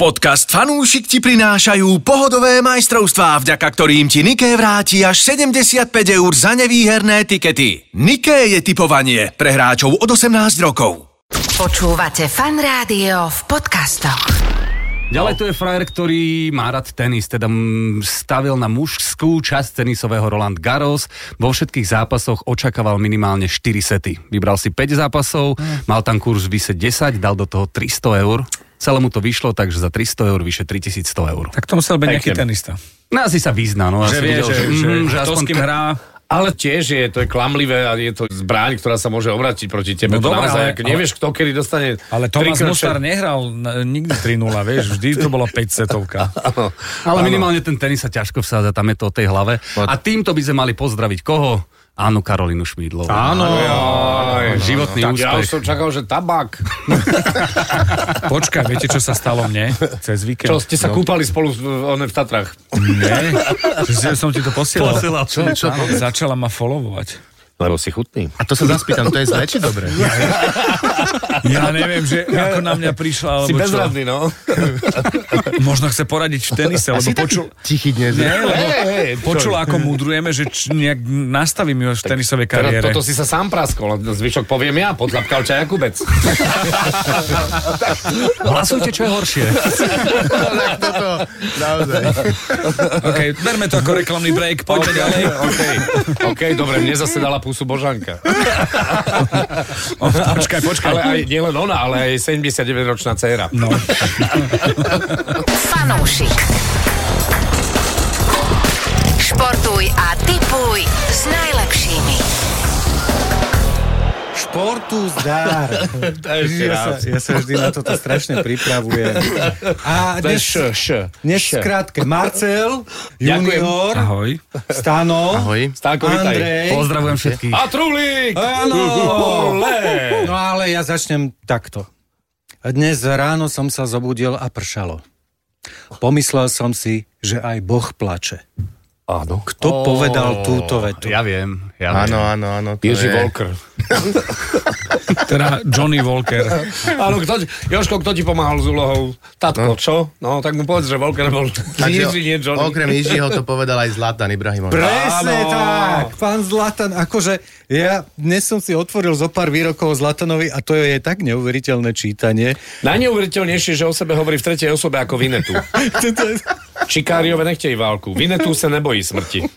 Podcast Fanúšik ti prinášajú pohodové majstrovstvá, vďaka ktorým ti Niké vráti až 75 eur za nevýherné tikety. Niké je typovanie pre hráčov od 18 rokov. Počúvate fan rádio v podcastoch. Ďalej tu je frajer, ktorý má rád tenis, teda mm, stavil na mužskú časť tenisového Roland Garros. Vo všetkých zápasoch očakával minimálne 4 sety. Vybral si 5 zápasov, Mm. mal tam kurz vyše 10, dal do toho 300 eur. Celému to vyšlo, takže za 300 eur vyše 3100 eur. Tak to musel byť nejaký tenista. No asi sa vyzná, no. Že asi vie, videl, že, že, mhm, že to s aspoň kým t- hrá. Ale tiež je, to je klamlivé a je to zbraň, ktorá sa môže obrátiť proti tebe. No No, to dobré, ale- naozaj, ale, nevieš, kto kedy dostane Ale Tomás trikrát Mostar šest- nehral na- nikdy 3-0, vieš, vždy to bola 5 setovka. Áno. Ale minimálne ten tenis sa ťažko vsádza, tam je to o tej hlave. A týmto by sme mali pozdraviť koho? Áno, Karolinu Šmídlovú. Áno, Aj, Životný tak Ja úspech. už som čakal, že tabak. počkaj, viete, čo sa stalo mne cez víkend? Čo, ste sa kúpali spolu v, one v Tatrach? Nie, že som ti to posielal. Posielal. Čo, čo? Áno, Začala ma followovať. Lebo si chutný. A to sa zaspýtam, to je zle či dobre? Ja neviem, že ako na mňa prišla, alebo Si čo. bezradný, no. Možno chce poradiť v tenise, lebo počul... Tichý dnes. Nie, lebo Hej, hej, čo? počula, ako mudrujeme, že č- nejak nastavím ju v tenisovej Teraz kariére. toto si sa sám praskol, a zvyšok poviem ja, podlapkal ťa Jakubec. Hlasujte, čo je horšie. Tak toto, naozaj. OK, berme to ako reklamný break, poďme ďalej. OK, OK, dobre, mne zase dala pusu Božanka. Počkaj, počkaj. Ale aj, nielen ona, ale aj 79-ročná dcéra. No. Fanúšik. Športuj a tipuj s najlepšími. Športu zdar. Ja sa, ja sa vždy na toto strašne pripravujem. A To je dnes, š, š. dnes v krátke Marcel, Ďakujem. Junior, Ahoj. Stano, Ahoj. Stánko, vítaj. Andrej. Pozdravujem všetkých. A Trulík! Áno. Ole! No ale ja začnem takto. Dnes ráno som sa zobudil a pršalo. Pomyslel som si, že aj Boh plače. Áno. Kto povedal túto vetu? Ja viem, ja viem. Áno, áno, áno. to Ježi je- Volker. Teda Johnny Walker. Áno, kto, ti- Joško, kto ti pomáhal s úlohou? Tatko, čo? No, tak mu povedz, že Volker bol Takže Ježi, nie Johnny. Okrem Jižiho to povedal aj Zlatan Ibrahimovič. Presne Áno. tak, pán Zlatan, akože ja dnes som si otvoril zo pár výrokov o Zlatanovi a to je tak neuveriteľné čítanie. Najneuveriteľnejšie, že o sebe hovorí v tretej osobe ako Vinetu. Čikáriove nechtej válku. Vinetu sa nebojí smrti.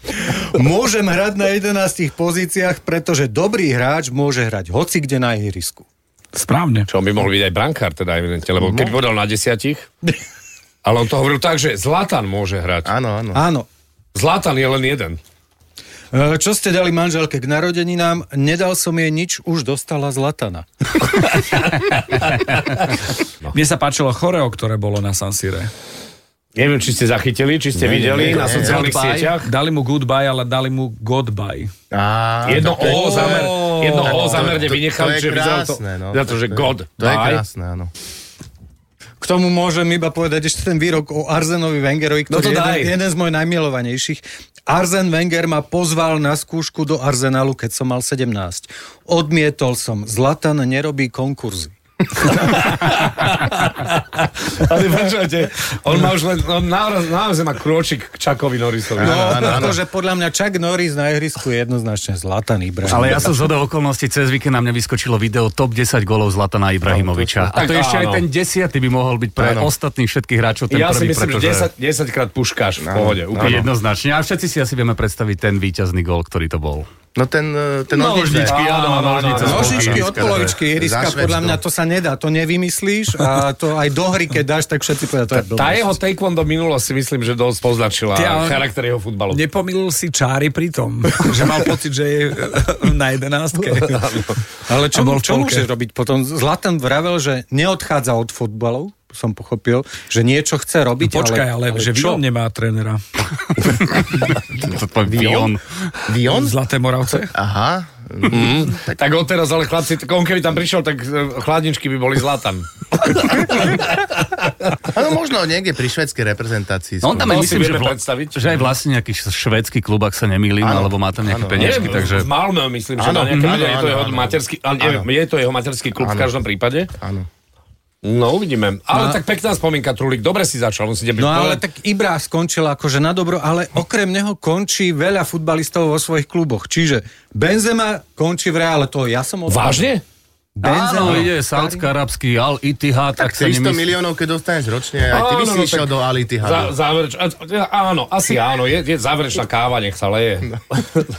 Môžem hrať na 11 pozíciách, pretože dobrý hráč môže hrať hoci kde na ihrisku. Správne. Čo on by mohol byť aj brankár, teda evidentne, lebo keď povedal na desiatich, ale on to hovoril tak, že Zlatan môže hrať. Áno, áno. Áno. Zlatan je len jeden. E, Čo ste dali manželke k narodeninám? Nedal som jej nič, už dostala Zlatana. Mne sa páčilo choreo, ktoré bolo na San Sire. Neviem, či ste zachytili, či ste videli nie, na nie. sociálnych Goodbye. sieťach. Dali mu goodbye, ale dali mu godbye. Á, Jedno tak to je- O zámer, jedno O tak to- zamerne to- to vynechali, je že vyzeralo to, krásne, no. za to, že je- God, To je bye. krásne, áno. K tomu môžem iba povedať ešte ten výrok o Arzenovi Wengerovi, No to ktorý je daj. jeden, jeden z mojich najmilovanejších. Arzen Wenger ma pozval na skúšku do Arsenalu, keď som mal 17. Odmietol som, Zlatan nerobí konkurzy. Ale počujete, on má už len, on naraz- naozaj má krôčik k Čakovi Norrisovi. No, No. áno, áno. pretože podľa mňa Chuck Norris na ihrisku je jednoznačne Zlatan Ibrahim. Ale ja som z hodou okolností cez víkend na mňa vyskočilo video top 10 golov Zlatana Ibrahimoviča. A Tak to je ešte aj áno. ten desiatý by mohol byť pre Áno. ostatných všetkých hráčov ten Ja si prvý, myslím, pretože... že 10, 10 krát puškáš v pohode. Úplne. Jednoznačne. A všetci si asi vieme predstaviť ten víťazný gol, ktorý to bol. No ten, e, ten nožnice. Nožničky, áno, áno, nožnice. áno, z Nožičky Slovenska, od polovičky dobre. ihriska, Za podľa Švedsko. mňa to sa nedá, to nevymyslíš a to aj do hry, keď dáš, tak všetci povedia, to je blbosť. Tá jeho taekwondo minulosť si myslím, že dosť poznačila Ty, ale- charakter jeho futbalu. Nepomýlil si čáry pri tom, že mal pocit, že je eh, na jedenástke. Ale A čo, bol v čo polke. môže robiť potom? Zlatan vravel, že neodchádza od futbalu, som pochopil, že niečo chce robiť, No Počkaj, ale, ale že Vion čo? nemá trénera. To poviem, Vion. Vion? Zlaté Moravce? Aha. Tak, tak odteraz, ale chlapci, tak on keby tam prišiel, tak e, chladničky by boli zlatan. Áno, možno niekde pri švedskej reprezentácii. No on tam je, To si myslím, že, vieme vla- predstaviť. že aj vlastne nejaký švédsky klub, ak sa nemýlim, Áno. alebo má tam nejaké Áno. peniažky, takže... Z Malmö, myslím, že Áno, na nejaké, áno, je to áno, jeho áno. materský, a neviem, je to jeho materský klub v Áno. každom prípade. Áno. No, uvidíme. Ale tak pekná spomienka, Trulik. Dobre si začal, musíte byť. No ale tak Ibra skončila akože na dobro, ale okrem neho končí veľa futbalistov vo svojich kluboch. Čiže Benzema končí v Reále, to ja som odpadol. Vážne? Áno, Benzema. ide saudsko-arabský Al-Itihad, ak Tak sa nemyslí. 300 miliónov, keď dostaneš ročne, aj ty by Áno, si no išiel tak do Ality Za, záverč, a, a- áno, asi áno, je, je záverečná káva, nech sa No. leje.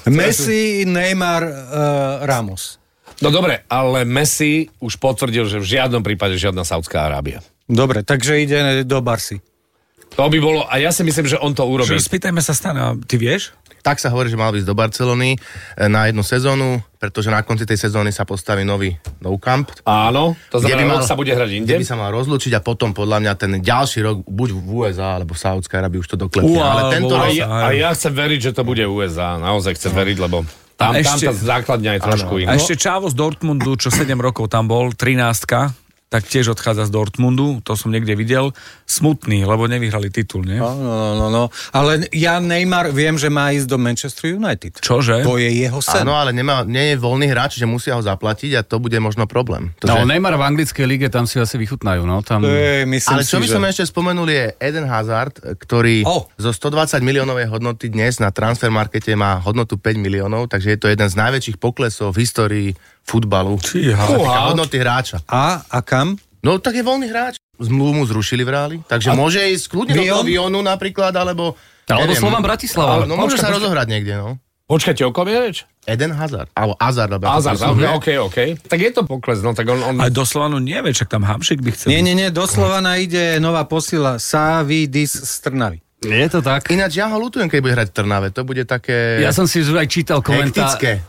Messi, Neymar, uh, Ramos. No dobre, ale Messi už potvrdil, že v žiadnom prípade žiadna Saudská Arábia. Dobre, takže ide do Barsi. To by bolo, a ja si myslím, že on to urobí. Že spýtajme sa Stana, ty vieš? Tak sa hovorí, že mal ísť do Barcelony e, na jednu sezónu, pretože na konci tej sezóny sa postaví nový no camp. Áno, to Kde by znamená, mal- on sa bude hrať inde. Kde by sa mal rozlúčiť a potom podľa mňa ten ďalší rok buď v USA alebo v Saudskej Arabii už to doklepne. Uá, Ale tento A rok... ja, a ja chcem veriť, že to bude USA, naozaj chcem veriť, lebo A tam, tam ešte- tá základňa je trošku A iná. ešte Čavo z Dortmundu, čo 7 rokov tam bol, 13 tak tiež odchádza z Dortmundu, to som niekde videl. Smutný, lebo nevyhrali titul, nie? No, no, no, no. Ale ja Neymar viem, že má ísť do Manchester United. Čože? To je jeho sen. Áno, ale nemá, nie je voľný hráč, že musia ho zaplatiť a to bude možno problém. To, No, že... Neymar v anglickej lige, tam si asi vychutnajú, no. Tam... To je, myslím Ale čo si, by že... som ešte spomenul je Eden Hazard, ktorý oh. O. zo 120 miliónovej hodnoty dnes na transfermarkete má hodnotu 5 miliónov, takže je to jeden z najväčších poklesov v histórii futbalu. No, Čo sa týka hodnoty hráča. A, a kam? No tak je voľný hráč. Zmluvu mu zrušili v Ráli, takže a môže ísť kľudne do toho Lyon? Lyonu napríklad, alebo... Alebo neviem. Slovan Bratislava. Ale, no Počkaj, môže sa počkaj. rozohrať niekde, no. Počkajte, o kom je reč? no, Eden Hazard, alebo Hazard. Alebo ako Azar, to sa- OK, OK. Tak je to pokles, no tak on... on... A doslova no nevie, čak tam Hamšik by chcel. Nie, nie, nie, doslova na ide nová posila Savidis z Trnavy. Je to tak. Ináč ja ho ľutujem, keď bude hrať v Trnave, to bude také... Ja som si už aj čítal komentár. Hektické.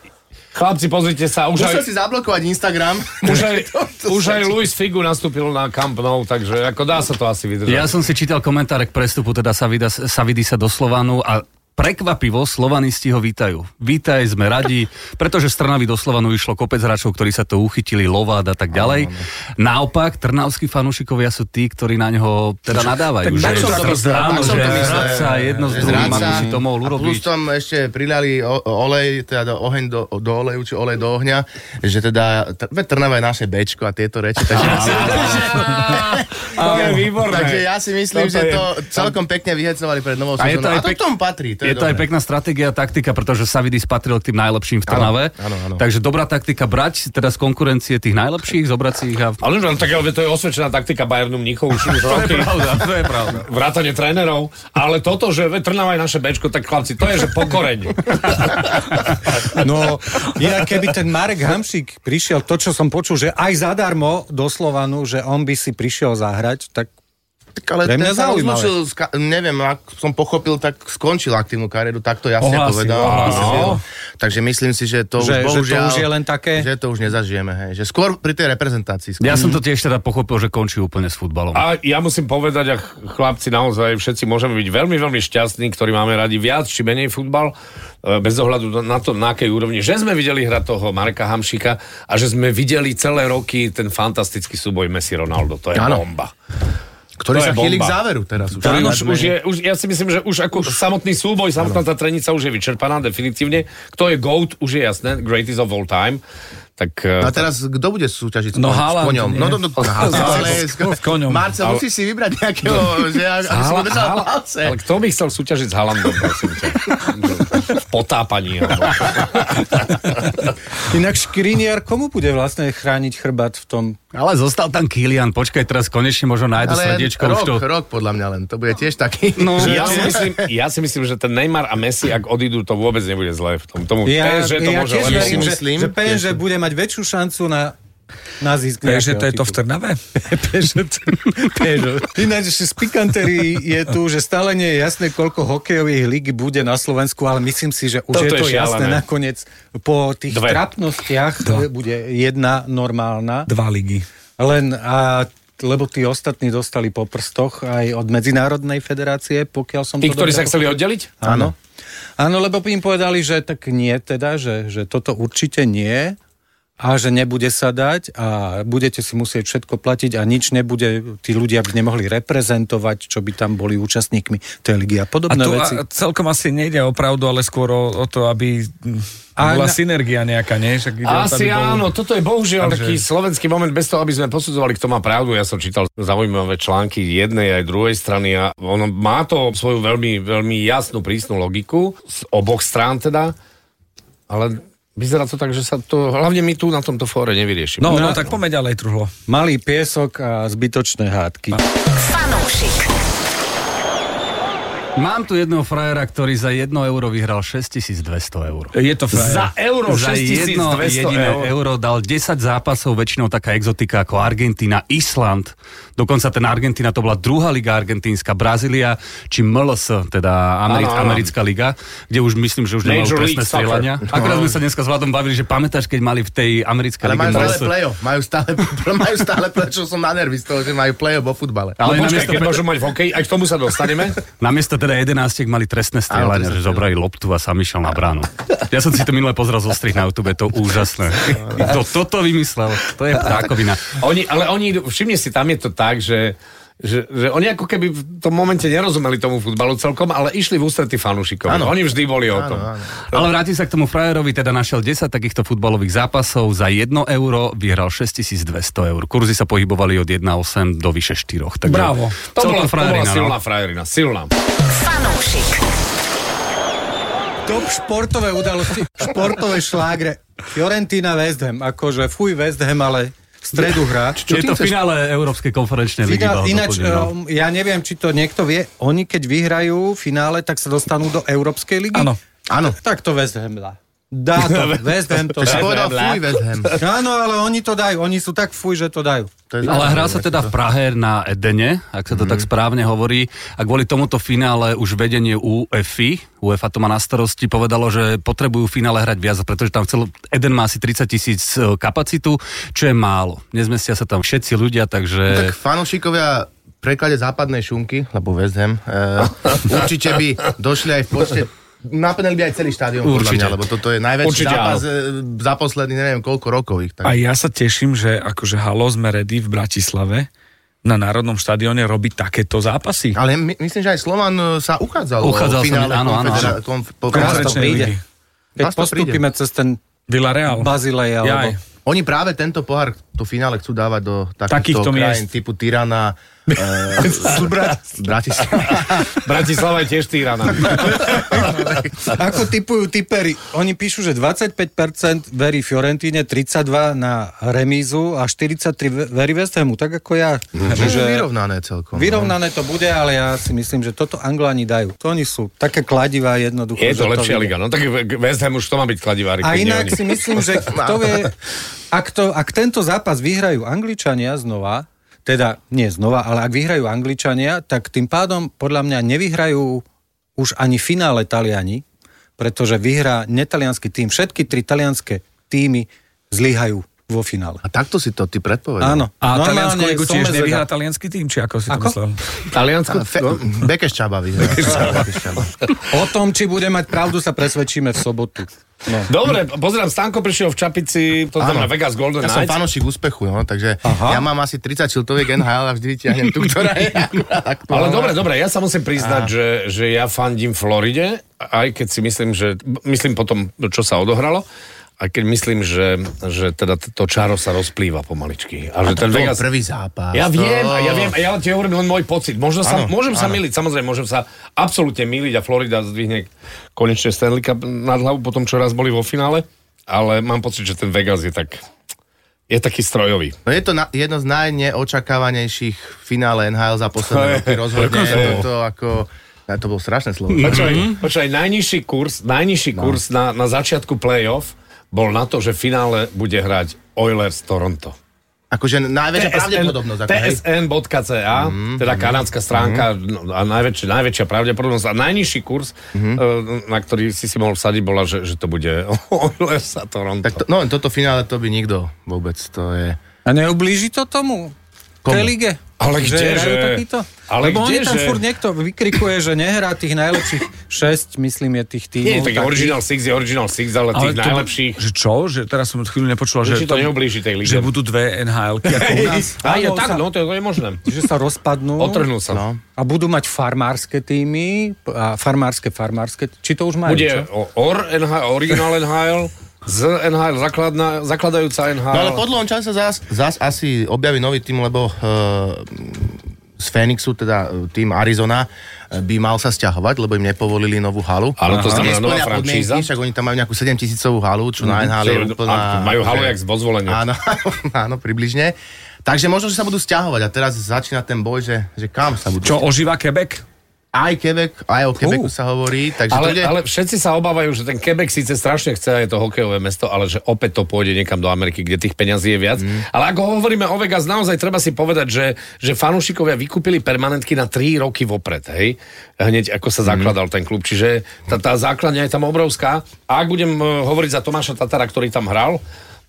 Chlapci, pozrite sa, už aj, Musel si zablokovať Instagram. už aj, to už aj Luis Figu nastúpil na Camp Nou, takže ako dá sa to asi vydržať. Ja som si čítal komentár k prestupu teda Savida, Savidisa do Slovanu a prekvapivo Slovanisti ho vítajú. Vítaj, sme radi, pretože z Trnavy do Slovanu išlo kopec hráčov, ktorí sa to uchytili, Lovát a tak ďalej. Naopak, trnavskí fanúšikovia sú tí, ktorí na neho teda nadávajú. tak som to že, myslel, áno, tak som že to myslel. zradca jedno z Že druhým, zradca. ako si to mohol A Plus urobiť. tam ešte pridali o- o- olej, teda do, oheň do, do oleju, či olej do ohňa, že teda tr- veď Trnava je naše bečko a tieto reči. Takže ja si, to je výborné. takže ja si Toto myslím, že je- to celkom pekne vyhecovali pred novou A je to sezónou. aj A to pek- k tomu patrí. To je, je, to aj dobré. pekná stratégia, taktika, pretože Savidis patril k tým najlepším v Trnave. áno, áno. Takže dobrá taktika brať si teda z konkurencie tých najlepších, zobrať si ich a... Ale no, tak ale to je osvedčená taktika Bayernu Mníchov už, už roky. to je pravda. Vrátanie trénerov. Ale toto, že ve, Trnava je naše bečko, tak chlapci, to je, že pokoreň. No, ja keby ten Marek Hamšík prišiel, to, čo som počul, že aj zadarmo do Slovanu, že on by si prišiel zahrať, tak Tak ale Pre ten mňa sa zaujímavé. rozlúčil, s ka- neviem, ak som pochopil, tak skončil aktívnu kariéru, tak to jasne Ohlásil, povedal. ohlásil. Áno. Takže myslím si, že to už Že- že to bohužiaľ... už je len také? Že to už nezažijeme, hej. Že skôr pri tej reprezentácii. Skôr. Ja som to tiež teda pochopil, že končí úplne s futbalom. A ja musím povedať, a ch- chlapci, naozaj všetci môžeme byť veľmi, veľmi šťastní, ktorí máme radi viac či menej futbal, e, bez ohľadu na to, na akej úrovni. Že sme videli hrať toho Marka Hamšika a že sme videli celé roky ten fantastický súboj Messi-Ronaldo. To je Áno. bomba. Ktorý To je sa chýli k bomba. záveru teraz už. Ktorý Viac už, už menej. je, už, ja si myslím, že už ako samotný súboj, samotná tá trenica už je vyčerpaná definitívne. Kto je GOAT, už je jasné, greatest of all time. Tak, e, A teraz, kto bude súťažiť No s Haaland, koňom? nie? No, no, no, ale, s koňom. Marcel, musíš si vybrať nejakého, že aby si Hala- udržal Hala- palce. Ale kto by chcel súťažiť s Halandom, prosím ťa? V potápaní. alebo- inak Škriniar komu bude vlastne chrániť chrbát v tom? Ale zostal tam Kilian, počkaj teraz konečne možno nájdu Ale srdiečko už rok, to. rok podľa mňa len, to bude tiež taký. No, Ja si, myslím, ja si myslím, že ten Neymar a Messi, ak odídu, to vôbec nebude zle v tom. Tomu, ja, že to ja môže tiež len- verím, že, myslím, že PNŽ tiež- bude mať väčšiu šancu na, na zisk. Takže nejakého to je to v titulu. Trnave? Pežo. Ináč ešte z pikantery je tu, že stále nie je jasné, koľko hokejových líg bude na Slovensku, ale myslím si, že už Toto je to je šialené. jasné. Nakoniec po tých Dve. Dve. trapnostiach Dva. bude jedna normálna. Dva ligy. Len a lebo tí ostatní dostali po prstoch aj od Medzinárodnej federácie, pokiaľ som Tí, to ktorí dobre sa chceli oddeliť? Áno. Áno, lebo im povedali, že tak nie teda, že, že toto určite nie. a že nebude sa dať a budete si musieť všetko platiť a nič nebude, tí ľudia by nemohli reprezentovať, čo by tam boli účastníkmi tej ligy A a podobné tu No, veci. a, celkom asi nejde o pravdu, ale skôr o, o to, aby A bola na- synergia nejaká, nie? Však ide o to, Asi aby bol- áno, toto je bohužiaľ Takže- taký slovenský moment bez toho, aby sme posudzovali, kto má pravdu. Ja som čítal zaujímavé články jednej aj druhej strany a ono má to svoju veľmi, veľmi jasnú, prísnu logiku z oboch strán teda, ale vyzerá to tak, že sa to, hlavne my tu na tomto fóre nevyriešime. No, no, tak poďme ďalej, Truhlo. Malý piesok a zbytočné hádky. Fanúšik. Mám tu jedného frajera, ktorý za 1 euro vyhral 6200 eur. Je to frajer. Za euro Za jedno 6200 jediné eur. euro dal 10 zápasov, väčšinou taká exotika ako Argentina, Island. Dokonca ten Argentina, to bola druhá liga argentínska, Brazília, či MLS, teda Ameri- Áno, áno. americká liga, kde už myslím, že už nemajú Major presné League Soccer. strieľania. No. Akorát sme sa dneska s Vladom bavili, že pamätáš, keď mali v tej americkej lige Ale majú stále MLS? play-off, majú stále, majú stále play čo som na nervy z toho, že majú play-off vo futbale. Ale Ale počkaj, namiesto keď Petra- môžu mať v hokeji, aj k tomu sa dostaneme. Namiesto teda 11 mali trestné strieľania, Áno, trestné že zobrali loptu a sám išiel na bránu. Ja som si to minule pozrel zo strich na YouTube, je to úžasné. Kto toto vymyslel? To je ptákovina. Oni, ale oni, idú- všimni si, tam je to tak, že, že, že oni ako keby v tom momente nerozumeli tomu futbalu celkom, ale išli v ústretí fanúšikov. Áno. Oni vždy boli o tom. áno. Ale vráti sa k tomu frajerovi, teda našiel 10 takýchto futbalových zápasov, za 1 euro vyhral 6200 eur. Kurzy sa pohybovali od 1,8 do vyše 4. Takže Bravo. To celkom bola, to bola frajerina, no. silná frajerina, silná. Fanúšik. Top športové udalosti, športové šlágre. Fiorentina West Ham, akože fuj West Ham, ale v stredu hráč. je to v finále Európskej konferenčnej ligy. Finále, Ináč, no. ináč, ehm, um, ja neviem, či to niekto vie, oni keď vyhrajú v finále, tak sa dostanú do Európskej ligy? Áno. Áno. Tak to West Ham dá. Dá to, West Ham to Takže dá. povedal fuj West Ham. Áno, ale oni to dajú, oni sú tak fuj, že to dajú. To Ale Mhm. je zaujímavé. hrá sa teda v Prahe na Edene, ak sa to tak správne hovorí. A kvôli tomuto finále už vedenie UEFI, UEFA to má na starosti, povedalo, že potrebujú v finále hrať viac, pretože tam celo, Eden má asi 30 tisíc e, kapacitu, čo je málo. Nezmestia sa tam všetci ľudia, No Tak takže... fanúšikovia v preklade západnej šunky, lebo West Ham, uh, určite by došli aj v počte Naplnili by aj celý štádion, Určite. podľa mňa, lebo toto je najväčší Určite zápas e, za posledný, neviem koľko rokov ich. A Tak. ja sa teším, že akože halo, sme ready v Bratislave na Národnom štadióne robiť takéto zápasy. Ale my, myslím, že aj Slovan e, sa uchádzal, Uchádzal sa, o finále áno, áno, konfedera- konf- po- Konferenčnej Konferenčnej príde. ligy. Keď Nás to postupíme cez ten Villarreal. Bazilej alebo... Jaj. Oni práve tento pohár, to finále chcú dávať do takýchto, Takýchto takýchto krajín miest. typu Tirana, eh, e, Bratislava. Bratislava je tiež týraná. Ako typujú typery? Oni píšu, že 25% verí Fiorentíne, 32% na remízu a 43% verí West Hamu, tak ako ja. Čiže vyrovnané celkom. no. Vyrovnané to bude, ale ja si myslím, že toto Angláni dajú. To oni sú také kladivá jednoducho. Je to že lepšia liga. vidia. No tak West Ham už to má byť kladivári. A keď nie inak oni. si myslím, že kto vie, ak, to, ak tento zápas vyhrajú Angličania znova, teda nie znova, ale ak vyhrajú Angličania, tak tým pádom podľa mňa nevyhrajú už ani finále Taliani, pretože vyhrá netalianský tým. Všetky tri talianské týmy zlyhajú vo finále. A takto si to ty predpovedal. Áno. A Normálne taliansku ligu som tiež bez nevyhrá veda. talianský tým, či ako si to Ako? myslel? Taliansko? Áno, Fe- Bekeš Čaba vyhrá. Bekeš Čaba. O tom, či bude mať pravdu, sa presvedčíme v sobotu. No. Dobre, pozerám, Stanko prišiel v čapici, to znamená Vegas Golden Ja som Knights. fanúšik úspechu, no, takže ja mám asi 30 čiltoviek NHL a vždy vyťahnem tú, ktorá je akurát aktuálna. Ale dobre, dobre, ja sa musím priznať, že, že ja fandím Floride, aj keď si myslím, že, myslím potom, čo sa odohralo, aj keď myslím, že, že teda t- to čaro sa rozplýva pomaličky. A, že ten To bol Vegas... prvý zápas. Ja viem, To- ja viem, ja ti hovorím len môj pocit. Možno sa, Áno, môžem sa áno. miliť, samozrejme, môžem sa absolútne miliť a Florida zdvihne konečne Stanley Cup nad hlavu po tom, čo raz boli vo finále, ale mám pocit, že ten Vegas je tak, je taký strojový. No je to na, jedno z najneočakávanejších finále NHL za posledné roky rozhodne. Je to ako... Ja, to bolo strašné slovo. Počkaj, počkaj, najnižší kurz, najnižší kurz na, na začiatku playoff bol na to, že v finále bude hrať Oilers Toronto. Akože najväčšia pravdepodobnosť. Ako, hej. TSN.ca, teda kanádska stránka no, a najväčšia, najväčšia pravdepodobnosť a najnižší kurz, e, na ktorý si si mohol vsadiť, bola, že, že to bude Oilers a Toronto. Tak to, no toto finále to by nikto vôbec, to je... A neublíži to tomu? Komu? Tej lige? Ale kde, hrajú že- takýto? ale kde, Lebo on je tam že- furt niekto vykrikuje, že nehrá tých najlepších 6, myslím, je tých tímov. Nie, No, tak takých. Original Six je Original Six, ale tých to- najlepších. Že čo? Že teraz som chvíľu nepočula, Že že, ti to tam- neublíži tej lige. že budú dve NHL. Aj, je Áno, tak, sa- no to je, to je možné. že sa rozpadnú. Otrhnú sa. No. A budú mať farmárske týmy, a farmárske, farmárske, či to už majú, čo? Bude o- OR NHL, Original NHL, z NHL, základná, zakladajúca NHL. No ale po dlhom čase zás, zás asi objaví nový tým, lebo e, z Phoenixu, teda e, tým Arizona, e, by mal sa stiahovať, lebo im nepovolili novú halu. Áno, to znamená nová Nesplňa podmienky, franšíza. Mhm. Však oni tam majú nejakú 7 tisícovú halu, čo na NHL je Čo- úplná... a- majú halu že- jak z Vozvolenia. Áno, áno, približne. Takže možno, že sa budú stiahovať a teraz začína ten boj, že, že kam sa budú. Čo, ožíva Quebec? Aj Quebec, aj o Quebecu Fú. sa hovorí, takže to Ale, bude... ale všetci sa obávajú, že ten Quebec síce strašne chce a je to hokejové mesto, ale že opäť to pôjde niekam do Ameriky, kde tých peňazí je viac. Mm. Ale ako hovoríme o Vegas, naozaj treba si povedať, že, že fanúšikovia vykúpili permanentky na 3 roky vopred, hej? Hneď ako Mhm. sa zakladal mm. ten klub. Čiže tá, tá základňa je tam obrovská. A ak budem e, hovoriť za Tomáša Tatara, ktorý tam hral,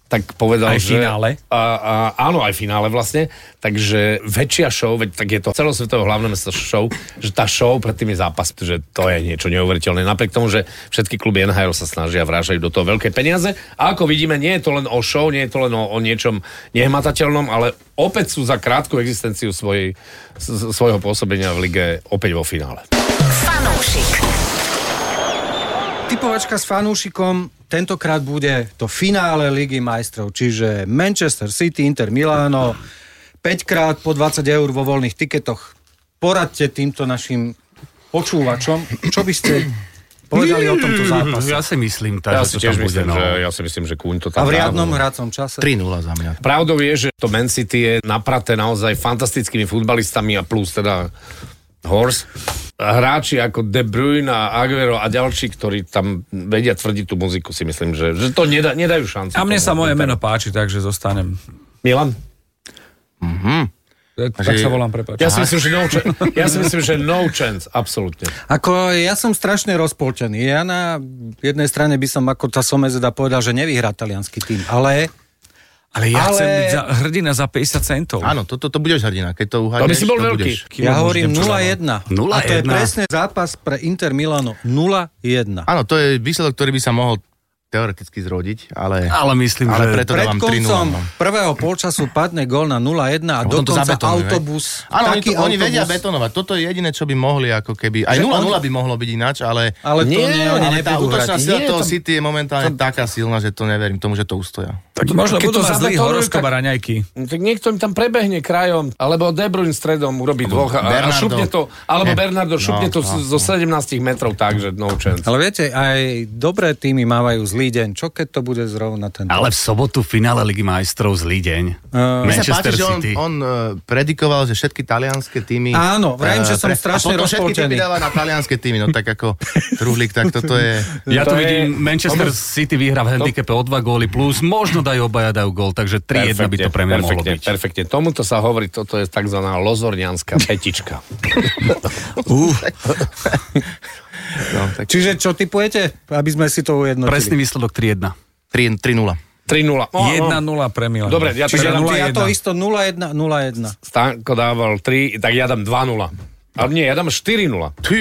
tak povedal, Aj v že... finále. A, a, áno, aj v finále vlastne. Takže väčšia show, veď tak je to celosvetové hlavné mesto show, že tá show pred tými zápasmi, že to je niečo neuveriteľné. Napriek tomu, že všetky kluby NHL sa snažia, vrážajú do toho veľké peniaze. A ako vidíme, nie je to len o show, nie je to len o, o niečom nehmatateľnom, ale opäť sú za krátku existenciu svojej, s- svojho pôsobenia v lige opäť vo finále. Fanúšik. Typovačka s fanúšikom tentokrát bude to finále Ligy majstrov, čiže Manchester City, Inter Milano, 5 krát po 20 eur vo voľných tiketoch. Poradte týmto našim počúvačom, čo by ste povedali o tomto zápase. Ja si myslím, tak, Ja že to si tam tiež bude. myslím, no. že, ja si myslím, že Kuň to A tam v dá, riadnom no. hracom čase. 3-0 za mňa. Pravdou je, že to Man City je napraté naozaj fantastickými futbalistami a plus teda Horse. Hráči ako De Bruyne a Aguero a ďalší, ktorí tam vedia tvrdiť tú muziku, si myslím, že, že to nedá, nedajú šancu. A mne tomu. sa moje meno páči, takže zostanem. Milan? Tak, tak sa volám, prepáč. Ja si, myslím, že no chance. ja si myslím, že no chance, absolútne. Ako ja som strašne rozpoltený. Ja na jednej strane by som ako tá Somezeda povedal, že nevyhrá talianský tým, ale Ale ja Ale- chcem byť za, hrdina za 50 centov. Áno, to, to, to budeš hrdina, keď to To uhádneš, by si bol to veľký. budeš. Kým ja môžem hovorím čo 0-1. A to je 0:1. presne zápas pre Inter Milano. 0-1. Áno, to je výsledok, ktorý by sa mohol teoreticky zrodiť, ale... Ale myslím, Ale že... preto Pred dávam 3-0. koncom no. prvého polčasu padne gol na 0-1 a Potom to dokonca zabetonuje, autobus. veď. Áno, oni, to, taký oni autobus, vedia betonovať. Toto je jediné, čo by mohli ako keby... Aj Že 0-0 oni- by mohlo byť ináč, ale... Ale to nie, oni ale tá nebudú útočná hrať. sila Nie, toho tam- City je momentálne taká silná, že to neverím tomu, že to ustoja. Tak možno Keď budú to mať zlý zabetonujú, horoskop tak- a raňajky. Tak niekto im tam prebehne krajom, alebo De Bruyne stredom urobí dvoch a, a Bernardo. šupne to, alebo Nie. Bernardo šupne No, to z- zo 17 metrov tak, že no chance. Ale viete, aj dobré týmy mávajú zlý deň. Čo keď to bude zrovna ten Ale v sobotu v finále Ligy majstrov zlý deň. Eh, Mne sa Manchester páči, že on, City. on eh, predikoval, že všetky talianské týmy... Áno, vrajím, eh, že som pre- strašne a potom všetky rozpoltený. týmy dáva na talianské týmy, no tak ako Truhlík, tak toto je... Ja to, To je- vidím, Manchester to- City vyhrá v handicape o 2 góly plus, možno dajú obaja dajú gól, takže 3-1 by to pre mňa mohlo perfektne, byť. Perfektne, tomuto sa hovorí, toto je tzv. lozorňanská petička. No, tak Čiže čo typujete, aby sme si to ujednotili? Presný výsledok 3-1. 3 3-0. 3-0. No, 1-0 no. pre Milan. Dobre, ja Čiže Čiže 0, ja, ja Teda to isto 0-1, 0-1. Stanko dával 3, tak ja dám 2-0. Ale nie, ja dám 4-0. Ty,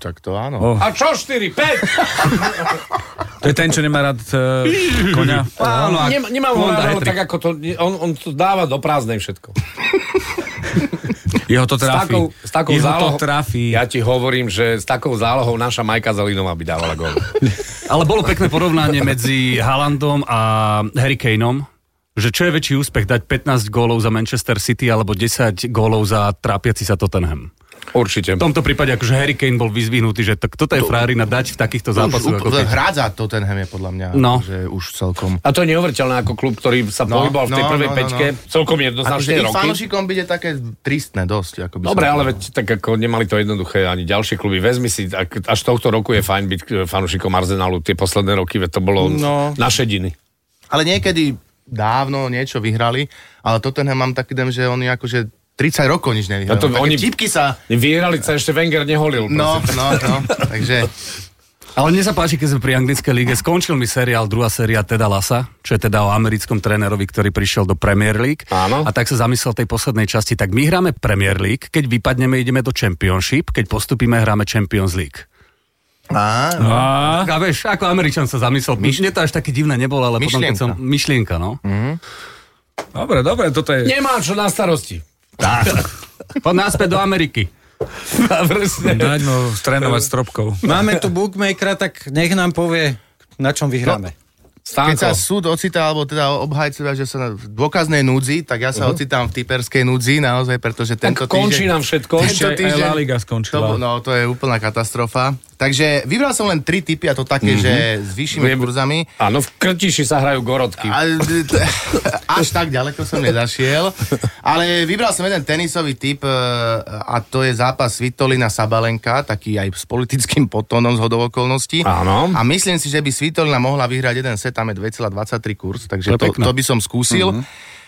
tak to áno. Oh. A čo 4? 5? To je ten, čo nemá rád uh, konia. Áno, Nem, nemám ho Honda rád, ale E hat-trick. tak ako to, on, on to dáva do prázdnej všetko. Jeho to S trafí. takou, s takou Jeho zálohou, to trafí. Ja ti hovorím, že s takou zálohou naša Majka Zalinová by dávala gól. Ale bolo pekné porovnanie medzi Haalandom a Harry Kaneom, že čo je väčší úspech, dať 15 gólov za Manchester City alebo 10 gólov za trápiaci sa Tottenham. Určite. V tomto prípade akože Harry Kane bol vyzvihnutý, že tak toto je frárina dať v takýchto zápasoch. Ako úplne, keď- hrádza to ten hem je podľa mňa, No. že už celkom... A to je neuveriteľné ako klub, ktorý sa No, pohyboval v tej no, prvej no, no, peťke no. celkom Akože jednoznačne ich roky. fanúšikom byde také tristné dosť. Ako by som Dobre, ale povedal. veď tak ako nemali to jednoduché ani ďalšie kluby. Vezmi si, ak, až tohto roku je fajn byť e, fanúšikom Arsenalu. Tie posledné roky, veď to bolo no. No. naše diny. Ale niekedy dávno niečo vyhrali, ale Tottenham mám taký dem, že oni akože 30 rokov nič nevyhrali. A to No, Také oni- Čipky sa... Vyhrali sa ešte Wenger neholil. No, prosím. no, no. Takže Ale mne sa páči, keď sme pri anglickej lige. Skončil mi seriál, druhá séria Teda Lasa, čo je teda o americkom trénerovi, ktorý prišiel do Premier League. Áno. A tak sa zamyslel tej poslednej časti. Tak my hráme Premier League, keď vypadneme, ideme do Championship, keď postupíme, hráme Champions League. Á, A... A vieš, ako Američan sa zamyslel. Myš... Mne to až také divné nebolo, ale potom, keď som... Myšlienka. Myšlienka, no. Mm. Dobre, dobre, toto je... Nemá čo na starosti. Poď náspäť do Ameriky. Daň mu trénovať s tropkou. Máme tu bookmakera, tak nech nám povie, na čom vyhráme. Keď Stánko. sa súd ocitá, alebo teda obhajcovia, že sa na v dôkaznej núdzi, tak ja sa uh-huh. ocitám v typerskej núdzi, naozaj, pretože tento Tak končí týždeň... nám všetko. eh, Tento Ešte aj- aj La Liga skončila. To, bol- no, to je úplná katastrofa. Takže vybral som len tri typy, a to Mhm. také, že s vyššími Viem. kurzami. Áno, v Krtiši sa hrajú gorodky. A, d- t- e, až tak ďaleko som nezašiel. Ale vybral som jeden tenisový typ e, a to je zápas Svitolina Sabalenka, taký aj s politickým potónom z hodovokolností. Áno. A myslím si, že by Svitolina mohla vyhrať jeden set, tam je 2,23 kurz, takže to, to by som skúsil.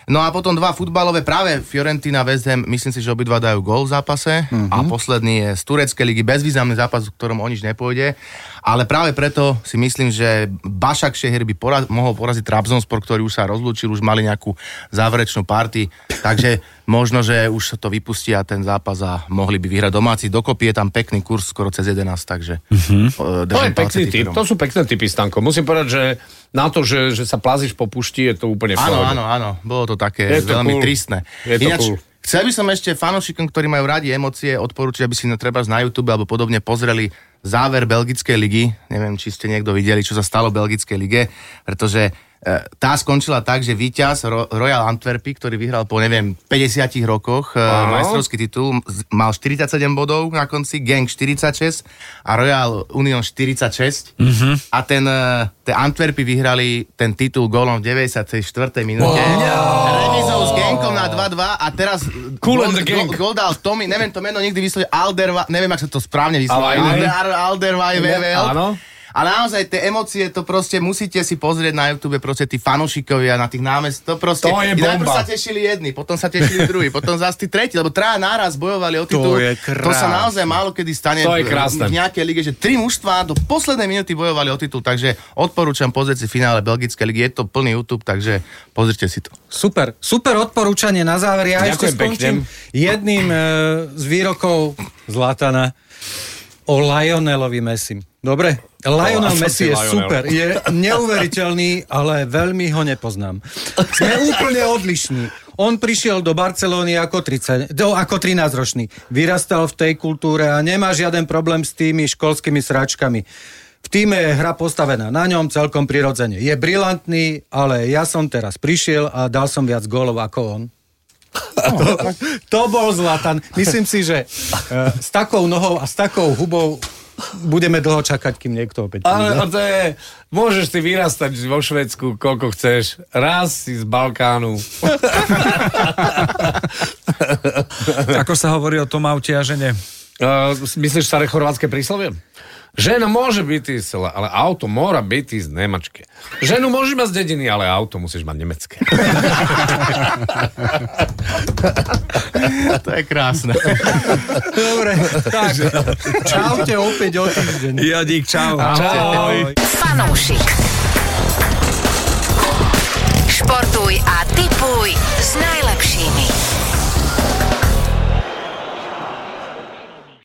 No a potom dva futbalové, práve Fiorentina West Ham, myslím si, že obidva dajú gól v zápase. A posledný je z Tureckej ligy, bezvýznamný zápas, v ktorom o nič nepôjde. Ale práve preto si myslím, že Bašak Šehir by poraz, mohol poraziť Trabzonspor, ktorý už sa rozlúčil, už mali nejakú záverečnú party. Takže možno, že už to vypustia ten zápas a mohli by vyhrať domáci. Dokopy je tam pekný kurz, skoro cez 11, takže uh-huh. To je pekný typ, to sú pekné typy, Stanko. Musím povedať, že na to, že, že sa plazíš po pušti, je to úplne v Áno, pohode. áno, áno. Bolo to také Je to veľmi cool. tristné. Je to cool. chcel by som ešte fanúšikom, ktorí majú radi emócie, odporúčiť, aby si na, treba na YouTube alebo podobne pozreli záver Belgickej ligy. Neviem, či ste niekto videli, čo sa stalo v Belgickej lige, pretože e, tá skončila tak, že víťaz Ro- Royal Antwerpy, ktorý vyhral po, neviem, 50 rokoch e, majstrovský titul, z- mal 47 bodov na konci, Gang 46 a Royal Union 46. Mhm. A ten, e, tie Antwerpy vyhrali ten titul gólom v 94. minúte. Remizou s Genkom na 2-2 a teraz Cool and gol, the Gang. gol, gol dal Tommy, neviem to meno nikdy vysloviť, Alderva, neviem, ak sa to správne vysloví. Ale- Alder, Alderweireld. Áno. A naozaj tie emócie, to proste musíte si pozrieť na YouTube, proste tí fanúšikovia na tých námest, to proste... To je Najprv bomba. sa tešili jedni, potom sa tešili druhí, potom zase tí tretí, lebo traja naraz bojovali o titul. je to sa naozaj málo kedy stane To je v- krásne. v nejakej lige, že tri mužstva do poslednej minúty bojovali o titul, takže odporúčam pozrieť si finále Belgickej ligy, je to plný YouTube, takže pozrite si to. Super, super odporúčanie na záver. Ja ešte Ďakujem skončím jedným e, z výrokov Zlatana o Lionelovi Messim. Dobre? a Lionel som si Messi je Lionel. super, je neuveriteľný, ale veľmi ho nepoznám. Sme úplne odlišní. On prišiel do Barcelóny ako, 30, do, ako 13-ročný. Vyrastal v tej kultúre a nemá žiaden problém s tými školskými sračkami. V týme je hra postavená na ňom celkom prirodzene. Je brilantný, ale ja som teraz prišiel a dal som viac gólov ako on. To bol Zlatan. Myslím si, že e, s takou nohou a s takou hubou budeme dlho čakať, kým niekto opäť príde. Ale to je, môžeš ty vyrastať vo Švedsku, koľko chceš. Raz si z Balkánu. Ako sa hovorí o tom aute a žene? Uh, myslíš staré chorvátske príslovie? Žena môže byť z sela, ale auto mora byť z Nemačke. Ženu môže mať z dediny, ale auto musíš mať nemecké. To je krásne. Dobre, tak. Čaute opäť o týždeň. Ja dík, čau. Čau. Fanúšik. Športuj a tipuj s najlepšími.